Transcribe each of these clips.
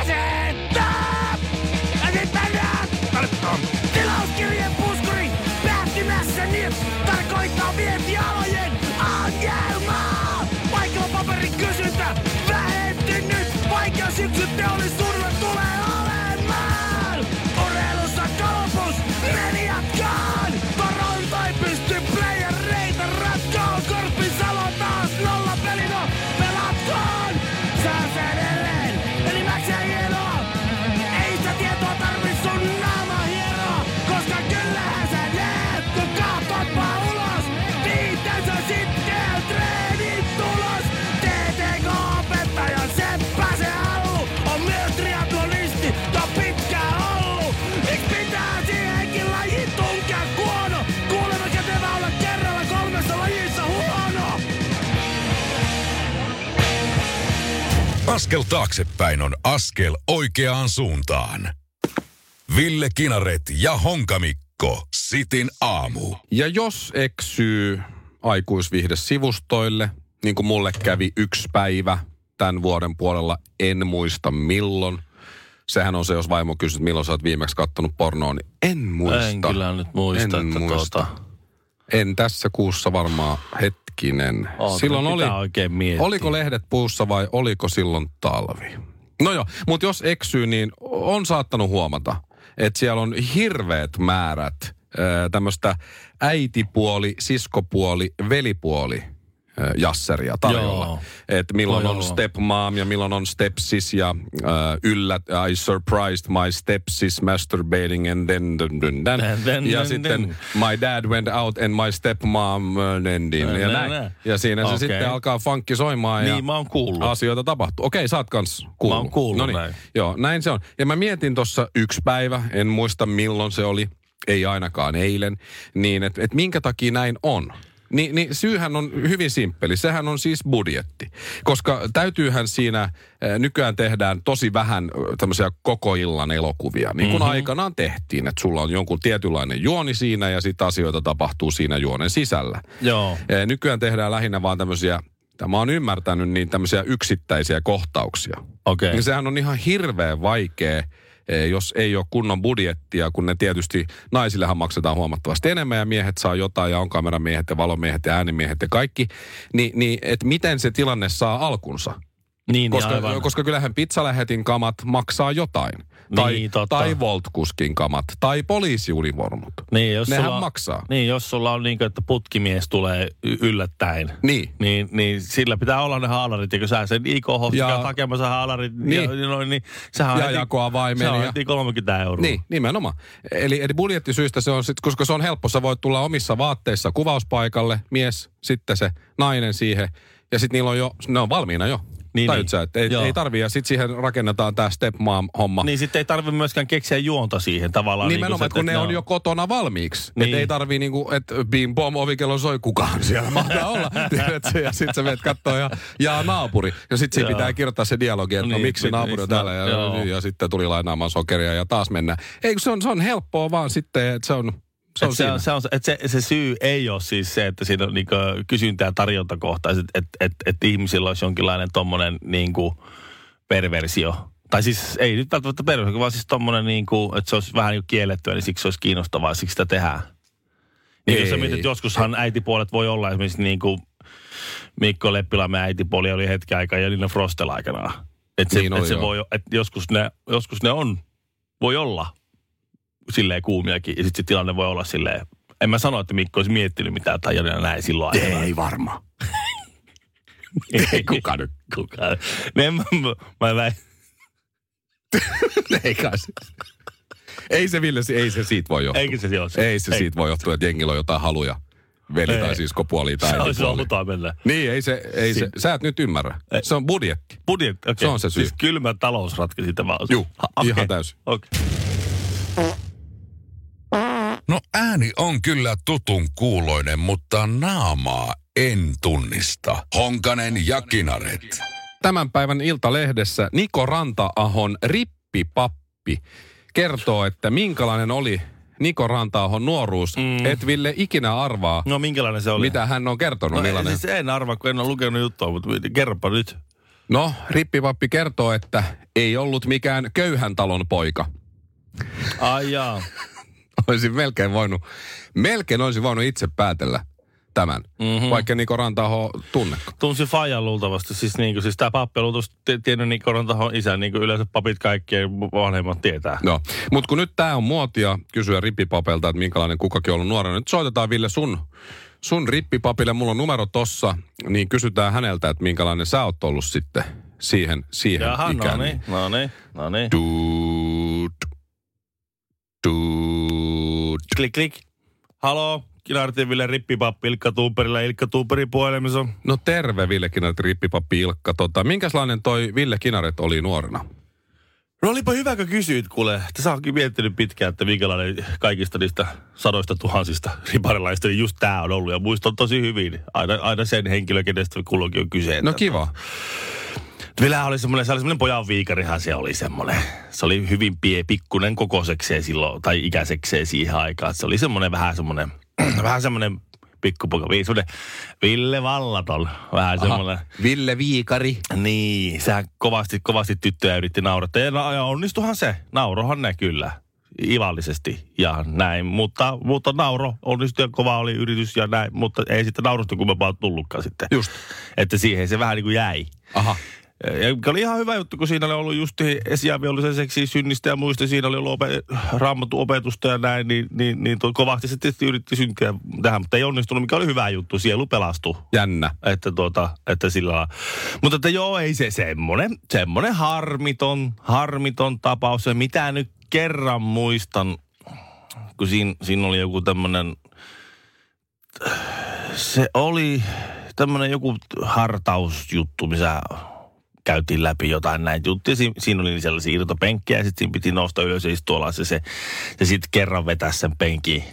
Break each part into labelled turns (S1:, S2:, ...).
S1: Asentaa! Ja sit mennään! Tilauskirjeen puskuri päättymässä nyt tarkoittaa vientialojen ongelmaa! Vaikka paperin kysyntä vähentynyt, vaikea syksy teollisuudella tulee olemaan! Urheilussa kalpus meni jatkaan! Torontai pystyy playereita ratkoon! Korpisalo taas nolla pelinä pelatkoon! Saa sen edelleen, eli mäkseen hienoa! Ei sitä tietoa tarvi sun naama hieroa, koska kyllähän sä näet, kun katot vaan ulos! Niitä sä sitten treenit tulos! TTK-opettajan Seppä se halu on myös triatlonisti, to pitkään ollut! Eiks pitää siihenkin lajiin tunkea kuono? Kuulemma kätevä olla kerralla kolmessa lajissa huono!
S2: Askel taaksepäin on askel oikeaan suuntaan. Ville Kinaret ja Honkamikko. Sitin aamu.
S3: Ja jos eksyy aikuisviihdesivustoille, niin kuin mulle kävi yksi päivä tämän vuoden puolella, en muista milloin. Sehän on se, jos vaimo kysyy, että milloin sä oot viimeksi kattonut pornoa, niin en muista.
S4: En kyllä nyt muista,
S3: En
S4: että
S3: muista.
S4: tuota-
S3: En tässä kuussa varmaan, hetkinen.
S4: Oota,
S3: silloin
S4: nyt
S3: oli,
S4: pitää oikein miettiä.
S3: oliko lehdet puussa vai oliko silloin talvi? No joo, mutta jos eksyy, niin on saattanut huomata, että siellä on hirveät määrät tämmöistä äitipuoli, siskopuoli, velipuoli ö, jasseria tarjolla.
S4: Joo.
S3: Että milloin
S4: Voi
S3: on
S4: olla.
S3: stepmom ja milloin on stepsis ja äh, yllät, I surprised my stepsis masturbating and then, then, then, then.
S4: Then, then,
S3: ja
S4: then,
S3: sitten
S4: then.
S3: my dad went out and my stepmom uh, then, then. ja
S4: Nä, nä,
S3: näin.
S4: nä.
S3: Ja siinä se
S4: Okei.
S3: sitten alkaa funkki soimaan ja
S4: Niin, mä oon kuullut.
S3: asioita tapahtuu. Okei, sä oot kans kuullut.
S4: Mä oon kuullut
S3: Noniin.
S4: näin.
S3: Joo, näin se on. Ja mä mietin tuossa yksi päivä, en muista milloin se oli, ei ainakaan eilen, niin että et minkä takia näin on. Ni, niin syyhän on hyvin simppeli. Sehän on siis budjetti. Koska täytyyhän siinä, eh, nykyään tehdään tosi vähän ö, tämmöisiä koko illan elokuvia. Niin
S4: Mhm.
S3: kuin mm-hmm. aikanaan tehtiin, että sulla on jonkun tietynlainen juoni siinä ja sitten asioita tapahtuu siinä juonen sisällä.
S4: Joo.
S3: Eh, Nykyään tehdään lähinnä vaan tämmöisiä, tämä on ymmärtänyt, niin tämmöisiä yksittäisiä kohtauksia.
S4: Okei.
S3: Ja sehän on ihan hirveän vaikea, eh, jos ei ole kunnon budjettia, kun ne tietysti naisillehan maksetaan huomattavasti enemmän ja miehet saa jotain ja on kameramiehet ja valomiehet ja äänimiehet ja kaikki. Ni, niin, että miten se tilanne saa alkunsa?
S4: Niin, niin
S3: Koska,
S4: aivan.
S3: koska kyllähän pizzalähetin kamat maksaa jotain. tai,
S4: Niin, totta.
S3: tai Voltkuskin kamat. Tai poliisiunivormut.
S4: Niin, jos
S3: Nehän
S4: sulla on,
S3: maksaa.
S4: Niin, jos sulla on niin kuin, että putkimies tulee y- yllättäen.
S3: Niin.
S4: Niin, niin sillä pitää olla ne haalarit, ja kun sä sen IK
S3: Ja-
S4: ja... hakemassa haalarit,
S3: Niin.
S4: niin, ja, noin, niin sähän on
S3: Ja
S4: heti-
S3: jakoavaimen
S4: Se on
S3: ja-
S4: heti 30 euroa.
S3: Niin, nimenomaan. Eli, eli budjettisyistä se on sit, koska se on helppo, sä voit tulla omissa vaatteissa kuvauspaikalle, mies, sitten se nainen siihen, ja sitten niillä on jo, ne on valmiina jo.
S4: Niin,
S3: Tajut
S4: niin.
S3: Sä, että ei,
S4: Joo.
S3: ei tarvii, ja sitten siihen rakennetaan tämä stepmom-homma.
S4: Niin sitten ei tarvitse myöskään keksiä juonta siihen tavallaan.
S3: Nimenomaan,
S4: niin
S3: että kun ne on jo kotona valmiiksi. Niin.
S4: Niin.
S3: Että ei tarvii niinku, että bim bom, ovikello soi kukaan siellä. Mahtaa olla, tiedätkö, ja sitten sä menet kattoo ja, ja naapuri. Ja sitten siinä
S4: Joo.
S3: pitää kirjoittaa se dialogi, että no,
S4: Niin,
S3: miksi
S4: mit-
S3: naapuri on
S4: miksi
S3: täällä.
S4: na-
S3: Ja, ja,
S4: joo.
S3: sitten tuli lainaamaan sokeria ja taas mennään. Ei, kun se on, se on helppoa vaan sitten, että se on, se on
S4: Et se,
S3: siinä.
S4: on, se, on, et se, se syy ei ole siis se, että siinä on niinku kysyntä- ja tarjontakohtaiset, että et, et ihmisillä olisi jonkinlainen tommonen niinku perversio. Tai siis ei nyt välttämättä perversio, vaan siis tommonen, niinku, että se olisi vähän niinku kiellettyä, niin siksi se olisi kiinnostavaa, siksi sitä tehdään. Niin jos sä
S3: Ei.
S4: mietit, joskushan äitipuolet voi olla esimerkiksi niinku Mikko Leppilamme äitipuoli oli hetki aikaa ja Lina Frostel aikanaan. Että se,
S3: Niin
S4: niin
S3: oli,
S4: et se
S3: joo.
S4: voi, et joskus, ne, joskus ne on, voi olla silleen kuumiakin. Ja sitten se tilanne voi olla silleen, en mä sano, että Mikko olisi miettinyt mitään tai jotain näin silloin aikanaan.
S3: Ei varma.
S4: Ei kuka nyt. Kuka. Ne, Niin, mä, mä, mä, mä,
S3: ei kai se. Ei se Ville, ei se siitä voi johtua.
S4: eikö se ole se?
S3: Ei se siitä voi johtua, että jengillä on jotain haluja. veli
S4: Ei.
S3: tai siskopuoli tai
S4: Se on se
S3: äitipuoli.
S4: halutaan mennä.
S3: Niin, ei se, ei se,
S4: Si-
S3: sä et nyt ymmärrä.
S4: Ei.
S3: Se on budjetti.
S4: Budjetti, okay.
S3: Se on se syy.
S4: Siis kylmä talous ratkaisi tämä osa.
S3: Juu, ihan täysin.
S4: Okay.
S2: No ääni on kyllä tutun kuuloinen, mutta naamaa en tunnista. Honkanen ja Kinaret.
S3: Tämän päivän Iltalehdessä Niko Rantaahon rippipappi kertoo, että minkälainen oli Niko Rantaahon nuoruus. Mm. Et Ville ikinä arvaa,
S4: No minkälainen se oli?
S3: mitä hän on kertonut.
S4: No,
S3: millainen.
S4: siis en arvaa, kun en ole lukenut juttua, mutta kerropa nyt.
S3: No, rippipappi kertoo, että ei ollut mikään köyhän talon poika.
S4: Ai jaa.
S3: Olisin melkein voinut, melkein olisin voinut itse päätellä tämän,
S4: Mhm.
S3: mm-hmm. vaikka Niko Rantaho tunne.
S4: Tunsi Fajan luultavasti, siis, niin kuin, siis tämä pappi on luultavasti t- tiennyt niin koronan tahon isän, niin kuin yleensä papit kaikki ja vanhemmat tietää.
S3: No, mutta kun nyt tämä on muotia kysyä rippipapelta, että minkälainen kukakin on ollut nuorena, nyt soitetaan Ville sun, sun rippipapille, mulla on numero tossa, niin kysytään häneltä, että minkälainen sä oot ollut sitten siihen, siihen
S4: Jaha, no
S3: ikään.
S4: niin, no niin, no niin.
S3: Tuut, tuut.
S4: Klik, klik. Halo, Kinartin Ville Rippipappi, Ilkka Tuuperilla, Ilkka Tuuperi puhelimessa.
S3: No terve Ville Kinaret, rippipappi Ilkka. Tota, minkälainen toi Ville Kinaret oli nuorena?
S4: No olipa hyvä, kun kysyit, kuule. Tässä onkin miettinyt pitkään, että minkälainen kaikista niistä sadoista tuhansista riparilaista, niin just tämä on ollut. Ja muistan tosi hyvin aina, aina sen henkilön, kenestä kulloinkin on kyse.
S3: No
S4: Että-
S3: kiva.
S4: Villähän oli semmoinen, se oli semmoinen pojan viikarihan se oli semmoinen. Se oli hyvin pie, pikkunen kokosekseen silloin, tai ikäisekseen siihen aikaan. Se oli semmoinen vähän semmoinen, vähän semmoinen pikkupoika, vi- semmoinen Ville Vallaton, vähän semmoinen.
S3: Ville Viikari.
S4: Niin, sehän kovasti, kovasti tyttöjä yritti naurattaa. Ja, na- ja onnistuhan se, naurohan ne kyllä, ivallisesti ja näin. Mutta, mutta nauro onnistui ja kova oli yritys ja näin, mutta ei sitten naurusta kummempaa tullutkaan sitten.
S3: Just.
S4: Että siihen se vähän niin kuin jäi.
S3: Aha.
S4: Ja mikä oli ihan hyvä juttu, kun siinä oli ollut just esiaviolisen seksi synnistä ja muista, siinä oli ollut ope- raamattu opetusta ja näin, niin, niin, niin tuo kovasti se tietysti yritti synkeä tähän, mutta ei onnistunut, mikä oli hyvä juttu, sielu pelastui.
S3: Jännä.
S4: Että, tuota, että sillä lailla. Mutta että joo, ei se semmoinen, semmoinen harmiton, harmiton tapaus. Ja mitä nyt kerran muistan, kun siinä, siinä oli joku tämmöinen, se oli tämmöinen joku hartausjuttu, missä käytiin läpi jotain näitä juttuja. Si- siinä oli sellaisia irtopenkkejä ja sitten siinä piti nousta ylös ja istua alas ja se, se sitten kerran vetää sen penkin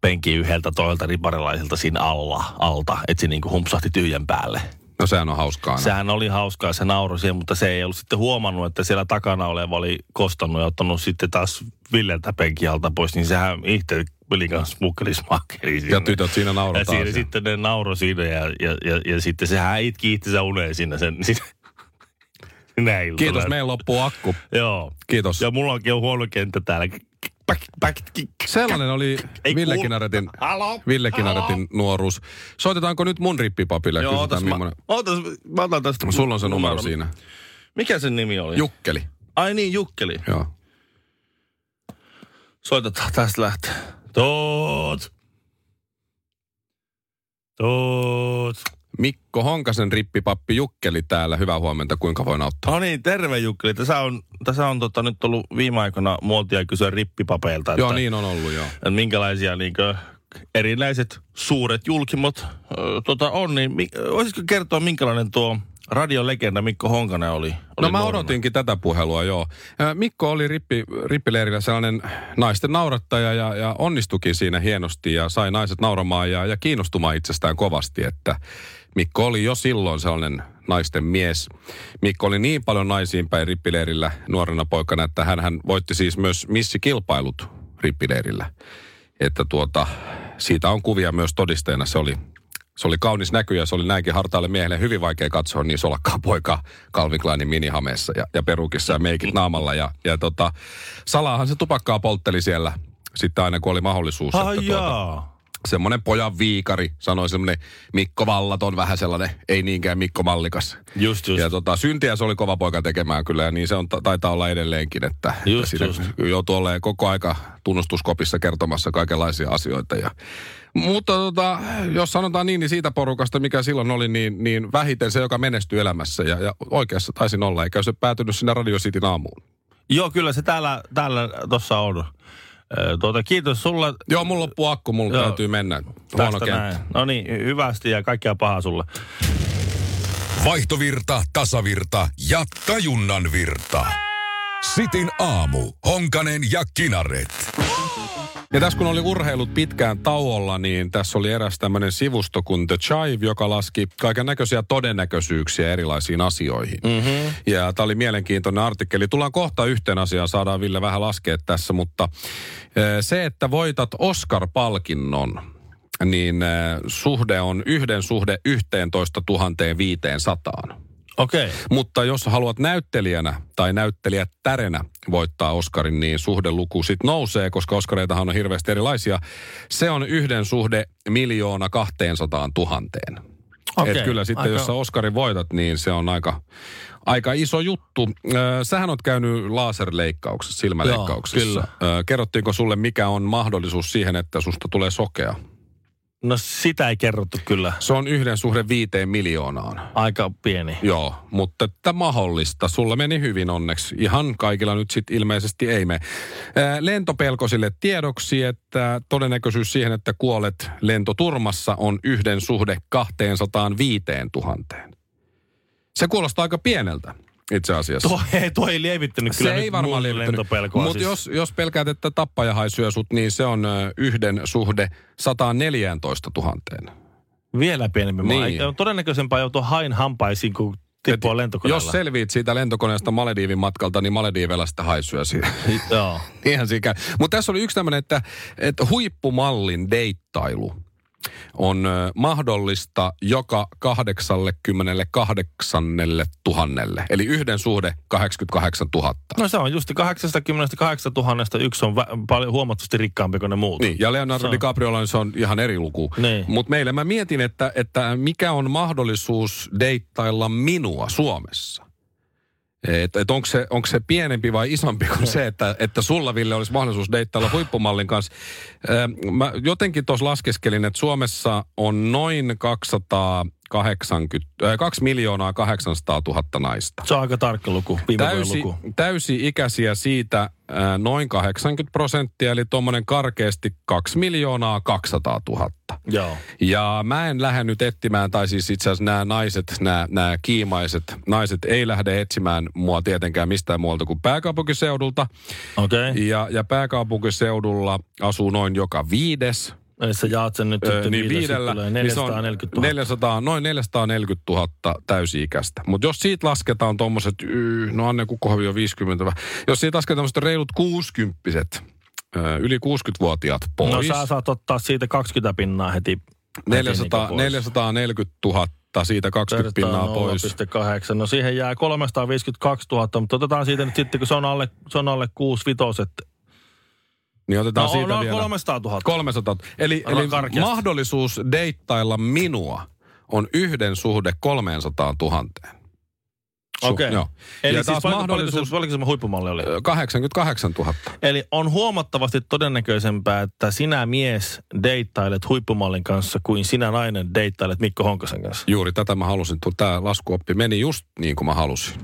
S4: penki yhdeltä toiselta riparilaiselta siinä alla, alta, että se niinku humpsahti tyhjän päälle.
S3: No sehän on hauskaa. Sä...
S4: Sehän oli hauskaa, se nauroi siihen, mutta se ei ollut sitten huomannut, että siellä takana oleva oli kostannut ja ottanut sitten taas Villeltä penkin alta pois, niin sehän itse pelin kanssa mukkelismakkeli
S3: Ja tytöt siinä
S4: ja
S3: naurataan.
S4: siinä sitten ne nauro siinä ja, ja, ja, ja sitten sehän itki itsensä uneen siinä sen, siinä, sinä iltana.
S3: Kiitos, meillä loppuu akku.
S4: Joo.
S3: Kiitos.
S4: Ja mullakin on huono kenttä täällä. Päk, päk, kik.
S3: Sellainen oli
S4: Ei
S3: Ville
S4: kuulu.
S3: Kinaretin,
S4: Halo?
S3: Ville
S4: Halo?
S3: Kinaretin nuoruus. Soitetaanko nyt mun rippipapille? ja
S4: Joo,
S3: kysytään
S4: otas mä,
S3: millainen-
S4: otas, mä otan tästä.
S3: Sulla on se numero siinä.
S4: Mikä sen nimi oli?
S3: Jukkeli.
S4: Ai niin, Jukkeli.
S3: Joo.
S4: Soitetaan tästä lähtee. Tuut. Tuut.
S3: Mikko Honkasen rippipappi Jukkeli täällä. Hyvää huomenta. Kuinka voin auttaa?
S4: No niin, terve Jukkeli. Tässä on, tässä on tota, nyt ollut viime aikoina muotia kysyä rippipapeilta.
S3: Joo,
S4: että,
S3: niin on ollut, joo.
S4: että minkälaisia niinkö, erinäiset suuret julkimot ö, tota, on. Niin, mi, voisitko kertoa, minkälainen tuo radiolegenda Mikko Honkanen oli? oli
S3: No mä
S4: nuorena?
S3: odotinkin tätä puhelua, joo. Ää, Mikko oli rippi, rippileirillä sellainen naisten naurattaja ja, ja onnistukin siinä hienosti ja sai naiset nauramaan ja, ja kiinnostumaan itsestään kovasti, että Mikko oli jo silloin sellainen naisten mies. Mikko oli niin paljon naisiin päin rippileirillä nuorena poikana, että hän voitti siis myös missikilpailut rippileirillä. Että tuota, siitä on kuvia myös todisteena. Se oli, se oli kaunis näky ja se oli näinkin hartaalle miehelle hyvin vaikea katsoa niin solakkaa poika Calvin Kleinin minihameessa ja, ja perukissa ja meikit naamalla. Ja, ja tota, salaahan se tupakkaa poltteli siellä sitten aina kun oli mahdollisuus.
S4: Ai
S3: että tuota,
S4: jaa.
S3: semmoinen pojan viikari, sanoi semmoinen Mikko Vallaton, vähän sellainen, ei niinkään Mikko Mallikas.
S4: Just, just.
S3: Ja tota, syntiä se oli kova poika tekemään kyllä, ja niin se on, taitaa olla edelleenkin, että,
S4: Just,
S3: että siinä
S4: just.
S3: joutuu olemaan koko aika tunnustuskopissa kertomassa kaikenlaisia asioita. Ja, mutta tota, jos sanotaan niin, niin siitä porukasta, mikä silloin oli, niin, niin vähiten se, joka menestyi elämässä, ja, ja oikeassa taisin olla, eikä se päätynyt sinne Radio Cityn aamuun.
S4: Joo, kyllä se täällä, täällä tuossa on. Ö, Tuota, kiitos sulle.
S3: Joo, mulla loppuu akku, mulla
S4: Joo.
S3: täytyy mennä. Huono
S4: Tästä
S3: kenttä.
S4: näin. No niin, hy- hyvästi ja kaikkea pahaa sulle.
S2: Vaihtovirta, tasavirta ja tajunnan virta. Sitin aamu. Honkanen ja Kinaret.
S3: Ja tässä kun oli urheilut pitkään tauolla, niin tässä oli eräs tämmöinen sivusto kuin The Chive, joka laski kaiken näköisiä todennäköisyyksiä erilaisiin asioihin. Mm-hmm. Ja tämä oli mielenkiintoinen artikkeli. Tullaan kohta yhteen asiaan, saadaan Ville vähän laskea tässä, mutta eh, se, että voitat Oscar-palkinnon, niin eh, suhde on yhden suhde 11 500.
S4: Okei. Okay.
S3: Mutta jos haluat näyttelijänä tai näyttelijät tärenä voittaa Oscarin, niin suhdeluku sitten nousee, koska Oscareitahan on hirveästi erilaisia. Se on yhden suhde miljoona 200 tuhanteen. Okay, Et kyllä sitten, aika... jos sä Oscarin voitat, niin se on aika, aika iso juttu. Ö, Sähän oot käynyt laserleikkauksessa, silmäleikkauksessa.
S4: Joo,
S3: Ö, Kerrottiinko sulle, mikä on mahdollisuus siihen, että susta tulee sokea?
S4: No sitä ei kerrottu kyllä.
S3: Se on yhden suhde viiteen miljoonaan.
S4: Aika pieni.
S3: Joo, mutta että mahdollista. Sulla meni hyvin onneksi. Ihan kaikilla nyt sitten ilmeisesti ei mene. Ää, Lentopelkosille tiedoksi, että todennäköisyys siihen, että kuolet lentoturmassa on yhden suhde 205 000. Se kuulostaa aika pieneltä itse asiassa.
S4: Tuo, ei, tuo ei lievittänyt kyllä
S3: se ei
S4: nyt
S3: varmaan
S4: mun lentopelkoa.
S3: Mutta
S4: siis.
S3: jos, jos pelkäät, että tappaja syö sut, niin se on ö, yhden suhde 114 000.
S4: Vielä pienempi niin. maa.
S3: Niin.
S4: Eikä- Todennäköisempää joutua hain hampaisiin, kun tippuu lentokoneella.
S3: Jos selviit siitä lentokoneesta Malediivin matkalta, niin Malediivellä sitä haisyä siinä.
S4: Joo.
S3: Niinhän siinä Mutta tässä oli yksi tämmöinen, että, että huippumallin deittailu on ö, mahdollista joka 88 tuhannelle. Eli yhden suhde 88 000.
S4: No se on just 88 000 yksi on vä- paljon huomattavasti rikkaampi kuin ne muut.
S3: Niin, ja Leonardo
S4: Se on.
S3: DiCapriolla niin se on ihan eri luku.
S4: Niin.
S3: Mutta meillä mä mietin, että, että mikä on mahdollisuus deittailla minua Suomessa? Että et onko se, onko se pienempi vai isompi
S4: Niin.
S3: kuin se, että, että sulla Ville olisi mahdollisuus deittailla huippumallin kanssa. Ö, Mä jotenkin tuossa laskeskelin, että Suomessa on noin 280, ö, 2 miljoonaa 800 000 naista.
S4: Se on aika tarkka luku, viime vuoden
S3: Täysi,
S4: luku.
S3: täysi-ikäisiä siitä äh, noin 80 prosenttia, eli tuommoinen karkeasti 2 miljoonaa 200 000.
S4: Joo.
S3: Ja mä en lähde nyt etsimään, tai siis itse asiassa nämä naiset, nämä, nämä kiimaiset naiset ei lähde etsimään mua tietenkään mistään muualta kuin pääkaupunkiseudulta.
S4: Okei. Okay.
S3: Ja, ja pääkaupunkiseudulla asuu noin joka viides.
S4: Sä jaat sen nyt
S3: Ö,
S4: sitten
S3: niin
S4: viides,
S3: viidellä,
S4: tulee
S3: niin se on
S4: 440 000.
S3: 400, noin 440 000 täysi-ikäistä. Mutta jos siitä lasketaan tuommoiset, no Anne Kukkohavi on 50, vai- jos siitä lasketaan tämmöiset reilut 60 yli 60-vuotiaat
S4: No
S3: pois,
S4: sä saat ottaa siitä 20 pinnaa heti. heti
S3: 400,
S4: niinku pois.
S3: 440 000 siitä 20
S4: Kertaa
S3: pinnaa pois.
S4: 0,8. No siihen jää 352 000, mutta otetaan siitä nyt sitten, kun se on alle, se on alle 6 vitoset.
S3: Niin
S4: No,
S3: otetaan
S4: no,
S3: siitä
S4: no
S3: vielä.
S4: 300 000.
S3: 300 000. Eli,
S4: Arvaa
S3: eli
S4: karkeasti.
S3: mahdollisuus deittailla minua on yhden suhde 300 000. Su-
S4: Okei.
S3: joo.
S4: Eli
S3: ja
S4: siis
S3: taas
S4: paljon, paljon,
S3: mahdollisuus-
S4: se- paljon se huippumalli oli?
S3: Ö, 88 000.
S4: Eli on huomattavasti todennäköisempää, että sinä mies deittailet huippumallin kanssa kuin sinä nainen deittailet Mikko Honkasen kanssa.
S3: Juuri tätä mä halusin. Tämä laskuoppi meni just niin kuin mä halusin.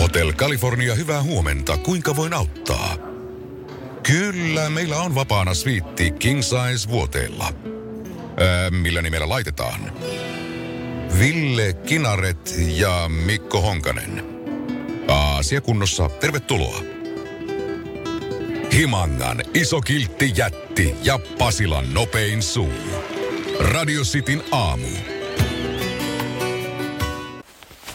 S2: Hotel California, hyvää huomenta. Kuinka voin auttaa? Kyllä, meillä on vapaana sviitti King Size vuoteella. Ää, millä nimellä laitetaan? Ville Kinaret ja Mikko Honkanen. Asia kunnossa, tervetuloa. Himangan iso kiltti jätti ja Pasilan nopein suu. Radio Cityn aamu.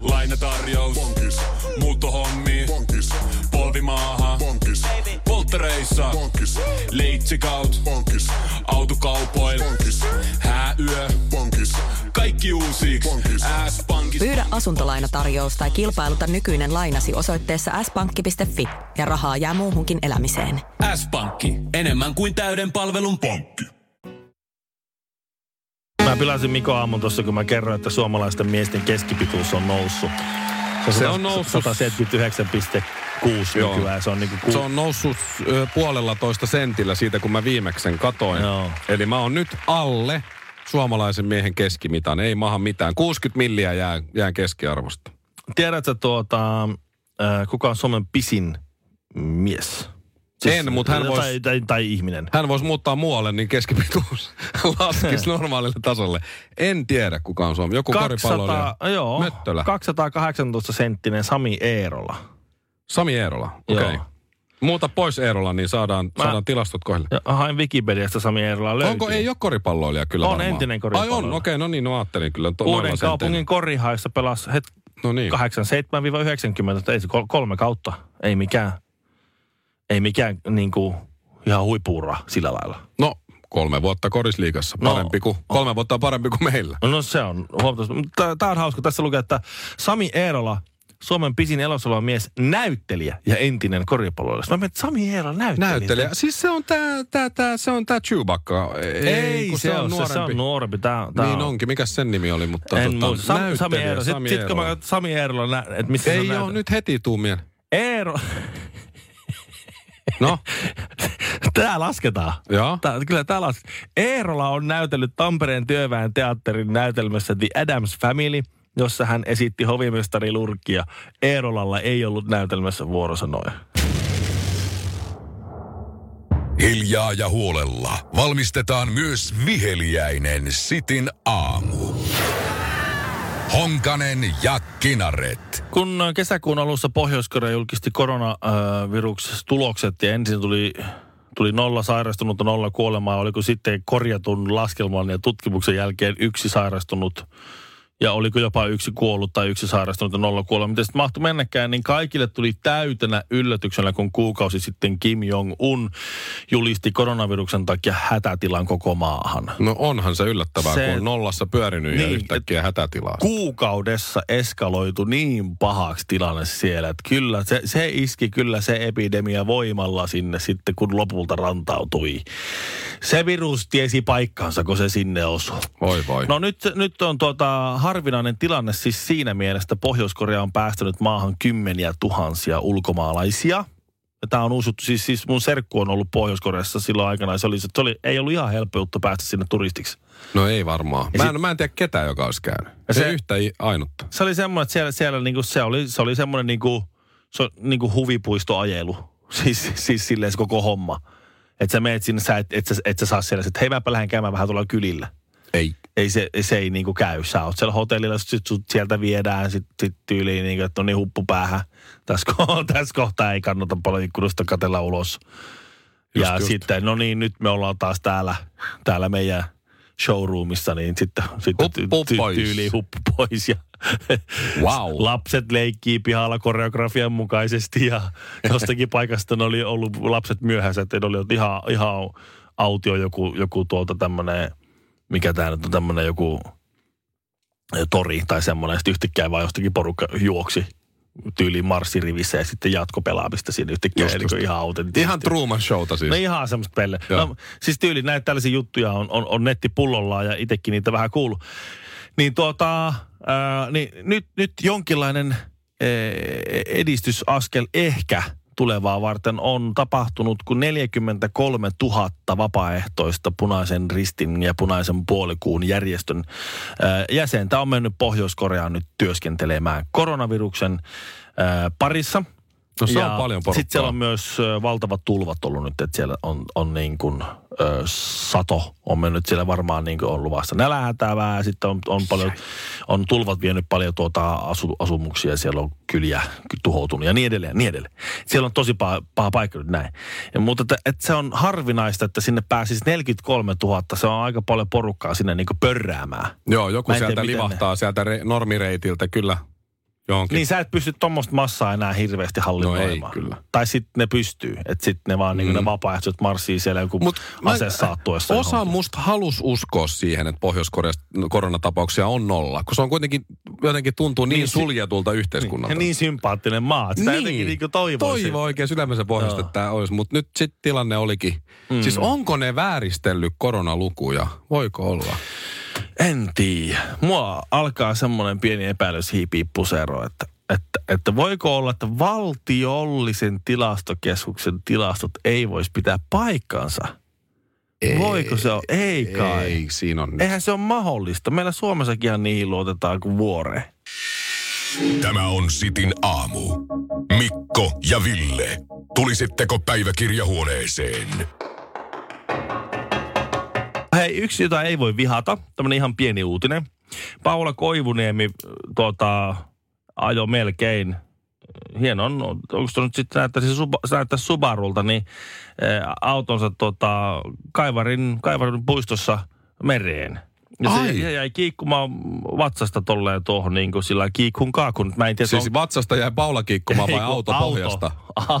S5: Lainatarjous. Bonkis. Muuttohommi. Bonkis. Polvimaaha. Bonkis. Polttereissa. Bonkis. Leitsikaut. Bonkis. Autokaupoil. Bonkis. Hääyö. Bonkis. Kaikki kaikki uusiksi. S-pankki.
S6: Pyydä asuntolainatarjous tai kilpailuta nykyinen lainasi osoitteessa spankki.fi ja rahaa jää muuhunkin elämiseen.
S5: S-pankki. Enemmän kuin täyden palvelun pankki.
S4: Mä pilasin Miko aamun tuossa, kun mä kerroin, että suomalaisten miesten keskipituus on noussut.
S3: Se on noussut.
S4: 179,6
S3: Joo.
S4: nykyään. Se on niinku ku...
S3: Se on noussut ö, puolella toista sentillä siitä, kun mä viimeksen katoin.
S4: Joo.
S3: Eli mä oon nyt alle suomalaisen miehen keskimitan. Ei maha mitään. 60 milliä jää, jää keskiarvosta.
S4: Tiedätkö tuota, äh, kuka on Suomen pisin mies? Siis
S3: En, mut hän vois-
S4: Tai, tai, tai ihminen.
S3: Hän voisi muuttaa muualle, niin keskipituus laskisi normaalille tasolle. En tiedä, kuka on Suomi. Joku
S4: 200,
S3: koripalloilija.
S4: joo,
S3: Möttölä.
S4: 218 senttinen Sami Eerola.
S3: Sami Eerola. Okei. Okay.
S4: Joo.
S3: Muuta pois Eerola, niin saadaan,
S4: Mä-
S3: saadaan tilastot kohdille.
S4: Ja hain Wikipediasta Sami Eerola löytyy.
S3: Onko, ei ole koripalloilija kyllä
S4: On
S3: varmaan.
S4: entinen koripalloilija.
S3: Ai on, okei, no niin, no ajattelin kyllä. To, noilla
S4: Uuden
S3: senteillä.
S4: kaupungin korihaissa pelasi het,
S3: No niin.
S4: 87-90, ei se kol- kolme kautta, ei mikään, ei mikään niin kuin, ihan huipuura sillä lailla.
S3: No, kolme vuotta korisliigassa.
S4: No.
S3: Parempi kuin, kolme vuotta on parempi kuin meillä.
S4: No se on huomattavasti. Tämä on hauska. Tässä lukee, että Sami Eerola, Suomen pisin elossa oleva mies, näyttelijä ja entinen koripalloilija. Mä mietin, että Sami Eerola näyttelijä.
S3: Näyttelijä. Siis se on tää, tää, tää, se on tää Chewbacca. Ei,
S4: Ei,
S3: kun
S4: se, on, se, se on nuorempi. Tää, tää
S3: Niin
S4: on.
S3: onkin. Mikäs sen nimi oli? Mutta
S4: En
S3: tota,
S4: muista. Sam, Sami
S3: näyttelijä,
S4: Eerola. Sitten sit, kun mä katson Sami Eerola, nä, että missä
S3: Ei
S4: se
S3: joo,
S4: näytä-
S3: nyt heti tuu mieleen.
S4: Eero,
S3: No,
S4: tää lasketaan.
S3: joo.
S4: Tää, kyllä täällä on. Eerola on näytellyt Tampereen työväen teatterin näytelmässä The Adams Family, jossa hän esitti hovimestari Lurkia. Eerolalla ei ollut näytelmässä vuorosanoja.
S2: Hiljaa ja huolella valmistetaan myös viheliäinen sitin aamu. Honkanen ja Kinaret.
S4: Kun äh, kesäkuun alussa pohjois julkisti koronaviruksessa tulokset ja ensin tuli, tuli nolla sairastunutta, nolla kuolemaa, oliko sitten korjatun laskelman ja tutkimuksen jälkeen yksi sairastunut ja oliko jopa yksi kuollut tai yksi sairastunut ja nolla kuolema. Miten sitten mahtui mennäkään, niin kaikille tuli täytenä yllätyksenä, kun kuukausi sitten Kim Jong-un julisti koronaviruksen takia hätätilan koko maahan.
S3: No onhan se yllättävää,
S4: Se-
S3: se... kun on nollassa pyörinyt niin, ja
S4: Niin,
S3: yhtäkkiä hätätilaa.
S4: kuukaudessa eskaloitu niin pahaksi tilanne siellä, että kyllä se, se iski kyllä se epidemia voimalla sinne sitten, kun lopulta rantautui. Se virus tiesi paikkansa, kun se sinne osui.
S3: Voi voi.
S4: No nyt, nyt on tuota, harvinainen tilanne siis siinä mielessä, että Pohjois-Korea on päästänyt maahan kymmeniä tuhansia ulkomaalaisia. Ja Tämä on uusuttu, siis, siis mun serkku on ollut Pohjois-Koreassa silloin aikana, ja se oli, se oli, ei ollut ihan helppoutta päästä sinne turistiksi.
S3: No ei varmaan.
S4: Ja
S3: Mä
S4: sit-
S3: en, mä en tiedä ketään, joka olisi käynyt.
S4: Ja
S3: Se...
S4: se-
S3: Ei yhtä i- ainutta.
S4: se oli semmoinen, että siellä, siellä niinku, se oli, se oli semmoinen niinku, se, niinku huvipuistoajelu. Siis, siis silleen se koko homma. Että sä meet sinne, sä et, et, sä, et sä saa siellä, sit, että hei mäpä lähden käymään vähän tuolla kylillä.
S3: Ei.
S4: Ei se, se ei niinku käy. Sä oot siellä hotellilla, sit sut sieltä viedään sit, sit tyyliin, niinku, että no niin huppu päähän. Tässä, ko- tässä kohtaa ei kannata paljon ikkunasta katella ulos.
S3: Just,
S4: ja
S3: just.
S4: sitten, no niin, nyt me ollaan taas täällä, täällä meidän showroomissa, niin sitten, sitten
S3: Huppu pois.
S4: tyyliin huppu pois. Ja
S3: Wow.
S4: Lapset leikkii pihalla koreografian mukaisesti ja jostakin paikasta ne oli ollut lapset myöhässä, että ne oli ollut ihan, ihan autio joku, joku tuolta tämmönen, mikä tää nyt on tämmönen joku eh, tori tai semmoinen, sitten yhtäkkiä vaan jostakin porukka juoksi tyyliin marssirivissä ja sitten jatkopelaamista siinä yhtäkkiä,
S3: Just,
S4: just, eli
S3: just.
S4: ihan autenttisesti.
S3: Ihan Truman Showta siis.
S4: No ihan semmoista pelle.
S3: Joo.
S4: No, siis tyyli näitä tällaisia juttuja on, on, on nettipullollaan ja itsekin niitä vähän kuullut. Niin tuota, ää, niin nyt, nyt jonkinlainen ää, edistysaskel ehkä tulevaa varten on tapahtunut, kun 43 000 vapaaehtoista punaisen ristin ja punaisen puolikuun järjestön ää, jäsentä on mennyt Pohjois-Koreaan nyt työskentelemään koronaviruksen ää, parissa.
S3: No se on
S4: Ja
S3: paljon porukkaa.
S4: Sitten siellä on myös ö, valtavat tulvat ollut nyt, että siellä on, on niin kuin, ö, sato on mennyt siellä varmaan niin kuin on luvassa nälähätävää. Sitten on, on, paljon, on tulvat vienyt paljon tuota asu, asumuksia, siellä on kyliä ky- tuhoutunut ja niin edelleen. Niin edelleen. Siellä on tosi paha, paha paikka nyt näin. Ja, mutta että, että se on harvinaista, että sinne pääsisi 43 000. Se on aika paljon porukkaa sinne niin kuin pörräämään.
S3: Joo, joku
S4: Mä en
S3: sieltä
S4: tiedä, miten
S3: livahtaa sieltä re- normireitiltä kyllä johonkin.
S4: Niin sä et pysty tuommoista massaa enää hirveästi hallinnoimaan.
S3: No ei kyllä.
S4: Tai sitten ne pystyy. Että sitten ne vaan mm. niin ne vapaaehtoiset marssii siellä joku Mut
S3: mä-
S4: ase saattuessa.
S3: Osa
S4: johonkin.
S3: musta halus uskoa siihen, että Pohjois-Koreasta koronatapauksia on nolla, kun se on kuitenkin, jotenkin tuntuu niin,
S4: Niin,
S3: niin
S4: si-
S3: suljetulta
S4: ja
S3: yhteiskunnalta.
S4: niin sympaattinen maa. että Sitä niin. jotenkin niin toivoisin.
S3: Toivo oikein sydämensä pohjasta, että tämä olisi, mutta nyt sitten tilanne olikin. Mm. Siis onko ne vääristellyt koronalukuja? Voiko olla?
S4: En tiedä. Mua alkaa semmoinen pieni epäilys hiipii pusero, että, että, että voiko olla, että valtiollisen tilastokeskuksen tilastot ei voisi pitää paikkansa? Ei, voiko se olla? Ei kai.
S3: Ei, siinä on nyt.
S4: Eihän se ole mahdollista. Meillä Suomessakin ihan niihin luotetaan kuin vuoreen.
S2: Tämä on Sitin aamu. Mikko ja Ville, tulisitteko päiväkirjahuoneeseen?
S4: Hei, yksi, jota ei voi vihata, tämmönen ihan pieni uutinen. Paula Koivuniemi äh, tota, ajo melkein, hieno on, onko se nyt sitten näyttäisi, Suba- se näyttäisi Subarulta, niin äh, autonsa tota, Kaivarin, Kaivarin puistossa mereen. Ja se,
S3: Ai.
S4: se jäi kiikkumaan vatsasta tolleen tuohon niin kuin sillä kiikkun kaakun. Mä en tiedä,
S3: Siis
S4: on-
S3: vatsasta jäi paula kiikkumaan vai
S4: Ei, kun
S3: auto pohjasta?
S4: Auto.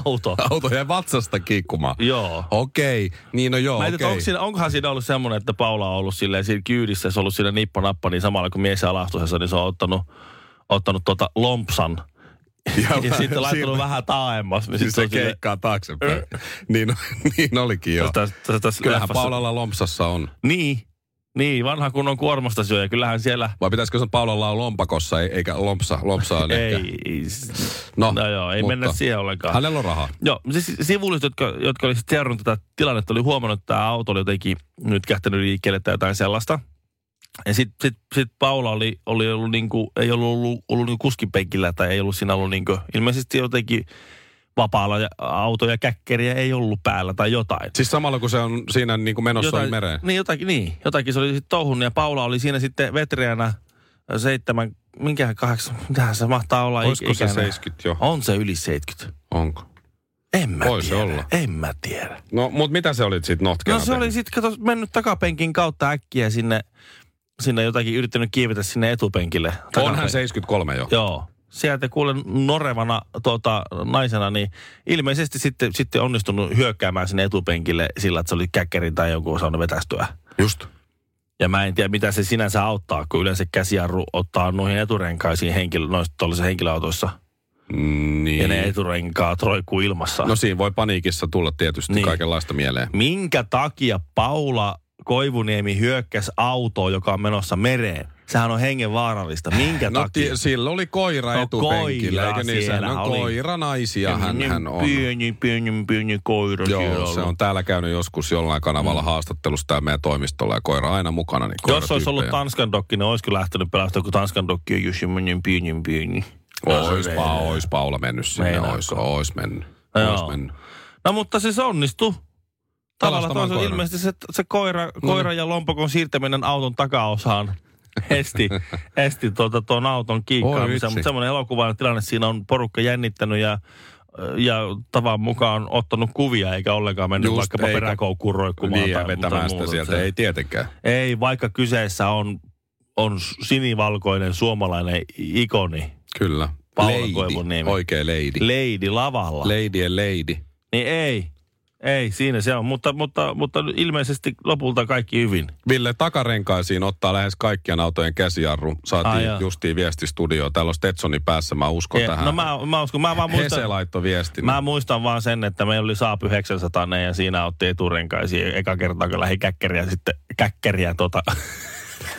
S4: auto.
S3: Auto jäi vatsasta kiikkumaan.
S4: Joo.
S3: Okei, niin no joo,
S4: Mä en
S3: okei.
S4: tiedä, onko siinä, onkohan siinä ollut semmoinen, että Paula on ollut silleen siinä kyydissä, se on ollut siinä nippanappa, niin samalla kun mies alastusessa, niin se on ottanut, ottanut tuota lompsan. Ja, ja sitten laittanut vähän taaemmas. niin
S3: Siis
S4: sit
S3: se
S4: on silleen-
S3: keikkaa taaksepäin. niin, niin olikin joo.
S4: Tässä- tässä- tässä
S3: Kyllähän
S4: leffassa-
S3: Paulalla Lompsassa on.
S4: Niin, niin, vanha kunnon kuormasta syöjä. Kyllähän siellä...
S3: Vai pitäisikö sen Paulalla on lompakossa, ei- eikä Lompsa? Lompsa on
S4: Ei,
S3: ehkä.
S4: no, no joo, ei mennä siihen ollenkaan.
S3: Hänellä on rahaa.
S4: Joo, siis sivulliset, jotka, jotka olisivat seurannut tätä tilannetta, oli huomannut, että tämä auto oli jotenkin nyt kähtänyt liikkeelle tai jotain sellaista. Ja sitten sit, sit Paula oli, oli ollut niinku, ei ollut, ollut, ollut niinku kuskin penkillä tai ei ollut siinä ollut niinku, ilmeisesti jotenkin vapaalla ja auto ja käkkeriä ei ollut päällä tai jotain.
S3: Siis samalla kun se on siinä niin kuin menossa
S4: jotain,
S3: Jotain, mereen.
S4: Niin jotakin, niin, jotakin se oli sitten touhun ja Paula oli siinä sitten vetreänä seitsemän, minkähän kahdeksan, mitähän se mahtaa olla
S3: Olisiko se
S4: ikänä?
S3: 70 jo?
S4: On se yli 70.
S3: Onko?
S4: En mä
S3: Voi se
S4: tiedä,
S3: olla.
S4: en mä tiedä.
S3: No, mutta mitä se oli sitten notkeena
S4: No se oli
S3: tehnyt?
S4: sitten, kato, mennyt takapenkin kautta äkkiä sinne, sinne jotakin yrittänyt kiivetä sinne etupenkille.
S3: Onhan
S4: Takapen-
S3: 73 jo.
S4: Joo. Sieltä kuulen norevana tota, naisena, niin ilmeisesti sitten, sitten onnistunut hyökkäämään sinne etupenkille sillä, että se oli käkkärin tai jonkun saanut vetästyä.
S3: Just.
S4: Ja mä en tiedä, mitä se sinänsä auttaa, kun yleensä käsijarru ottaa noihin eturenkaisiin henkilö, noissa tuollaisissa henkilöautoissa.
S3: Niin.
S4: Ja ne eturenkaat roikkuu ilmassa.
S3: No siinä voi paniikissa tulla tietysti
S4: Niin.
S3: niin. kaikenlaista mieleen.
S4: minkä takia Paula Koivuniemi hyökkäsi autoon, joka on menossa mereen? Sehän on hengen vaarallista. Minkä
S3: No
S4: takia?
S3: ti- sillä oli koira
S4: No,
S3: no, etupenkillä,
S4: koira
S3: eikö niin? Sehän
S4: siellä
S3: on
S4: oli. niin,
S3: koiranaisia hän, hän on.
S4: Pieni, pieni, pieni koira siellä
S3: Joo, se
S4: ollut.
S3: on täällä käynyt joskus jollain kanavalla mm. haastattelussa täällä meidän toimistolla ja koira aina mukana. Niin
S4: Jos olisi ollut
S3: koiratyyppejä.
S4: Tanskan dokki, niin olisiko lähtenyt pelastamaan, kun Tanskan dokki on just semmoinen pieni, pieni.
S3: Ois, pa, ois Paula mennyt sinne,
S4: Meinaatko?
S3: ois, ois mennyt.
S4: Joo.
S3: Ois mennyt.
S4: No mutta siis onnistui. Tavalla
S3: Pelastamaan Mm.
S4: toisella
S3: koiran.
S4: ilmeisesti se, se koira, koira ja lompakon siirtäminen auton takaosaan esti, esti tuota, tuon auton kiikkaamisen.
S3: Oi
S4: Mutta
S3: vitsi.
S4: semmoinen elokuvan tilanne siinä on porukka jännittänyt ja, ja tavan mukaan ottanut kuvia eikä ollenkaan mennyt
S3: Just,
S4: Just, vaikkapa
S3: eikä-
S4: peräkoukkuun roikkumaan.
S3: Niin, ja
S4: tai
S3: vetämään
S4: jotain
S3: sitä
S4: muuta.
S3: sieltä.
S4: Se-
S3: Ei tietenkään.
S4: ei, vaikka kyseessä on, on sinivalkoinen suomalainen ikoni,
S3: Kyllä.
S4: Paula
S3: lady.
S4: Koivuniemi.
S3: Oikea lady.
S4: Lady lavalla.
S3: lady ja lady.
S4: Niin ei. Ei, siinä se on. Mutta, mutta, mutta ilmeisesti lopulta kaikki hyvin.
S3: Ville takarenkaisiin ottaa lähes kaikkien autojen käsijarru.
S4: Ai
S3: Saatiin
S4: joo.
S3: justiin viestistudioon. Täällä on Stetsoni päässä, mä uskon
S4: Jep.
S3: tähän.
S4: No mä, mä uskon, mä vaan muistan,
S3: Hese laittoi viestin.
S4: mä muistan vaan sen, että meillä oli Saab 900 ja siinä otti eturenkaisiin eka kertaa, kun lähi käkkäriä sitten, käkkäriä tota,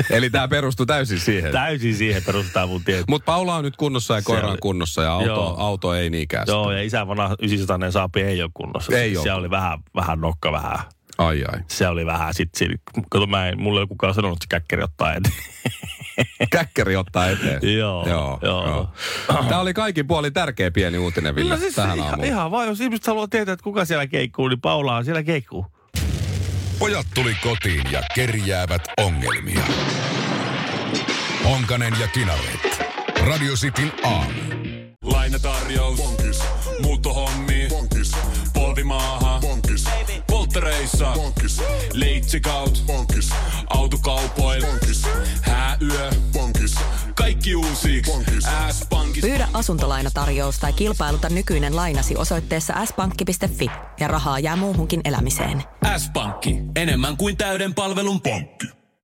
S3: Eli tämä perustuu täysin siihen.
S4: täysin siihen perustaa mun tieto.
S3: Mutta Paula on nyt kunnossa ja koira on
S4: oli-
S3: kunnossa ja auto,
S4: Joo.
S3: auto ei niinkään.
S4: Joo, ja isä vanha 900 Saab ei ole kunnossa.
S3: Ei
S4: Se
S3: ole.
S4: oli vähän, vähän nokka vähän.
S3: Ai ai.
S4: Se oli vähän sit, sit kato mä en, mulle ei ole kukaan sanonut, että se käkkäri ottaa eteen.
S3: Käkkäri ottaa eteen.
S4: Joo, joo.
S3: Tämä oli kaikin puolin tärkeä pieni uutinen, Ville,
S4: No siis
S3: tähän
S4: ihan,
S3: aamuun.
S4: ihan vaan, jos ihmiset haluaa tietää, että kuka siellä keikkuu, niin Paula on siellä keikkuu.
S2: Pojat tuli kotiin ja kerjäävät ongelmia. Honkanen ja Kinaret. Radio Cityn aamu.
S5: Lainatarjous. Bonkis. Muuttohommi. Bonkis. Polvimaaha. Bonkis. Polttereissa. Bonkis. Leitsikaut. Bonkis. Autokaupoil. Bonkis. Hää yö. Pankis. Kaikki uusi. S-pankki.
S7: Pyydä asuntolainatarjous tai kilpailuta nykyinen lainasi osoitteessa s-pankki.fi ja rahaa jää muuhunkin elämiseen.
S5: S-pankki. Enemmän kuin täyden palvelun pankki.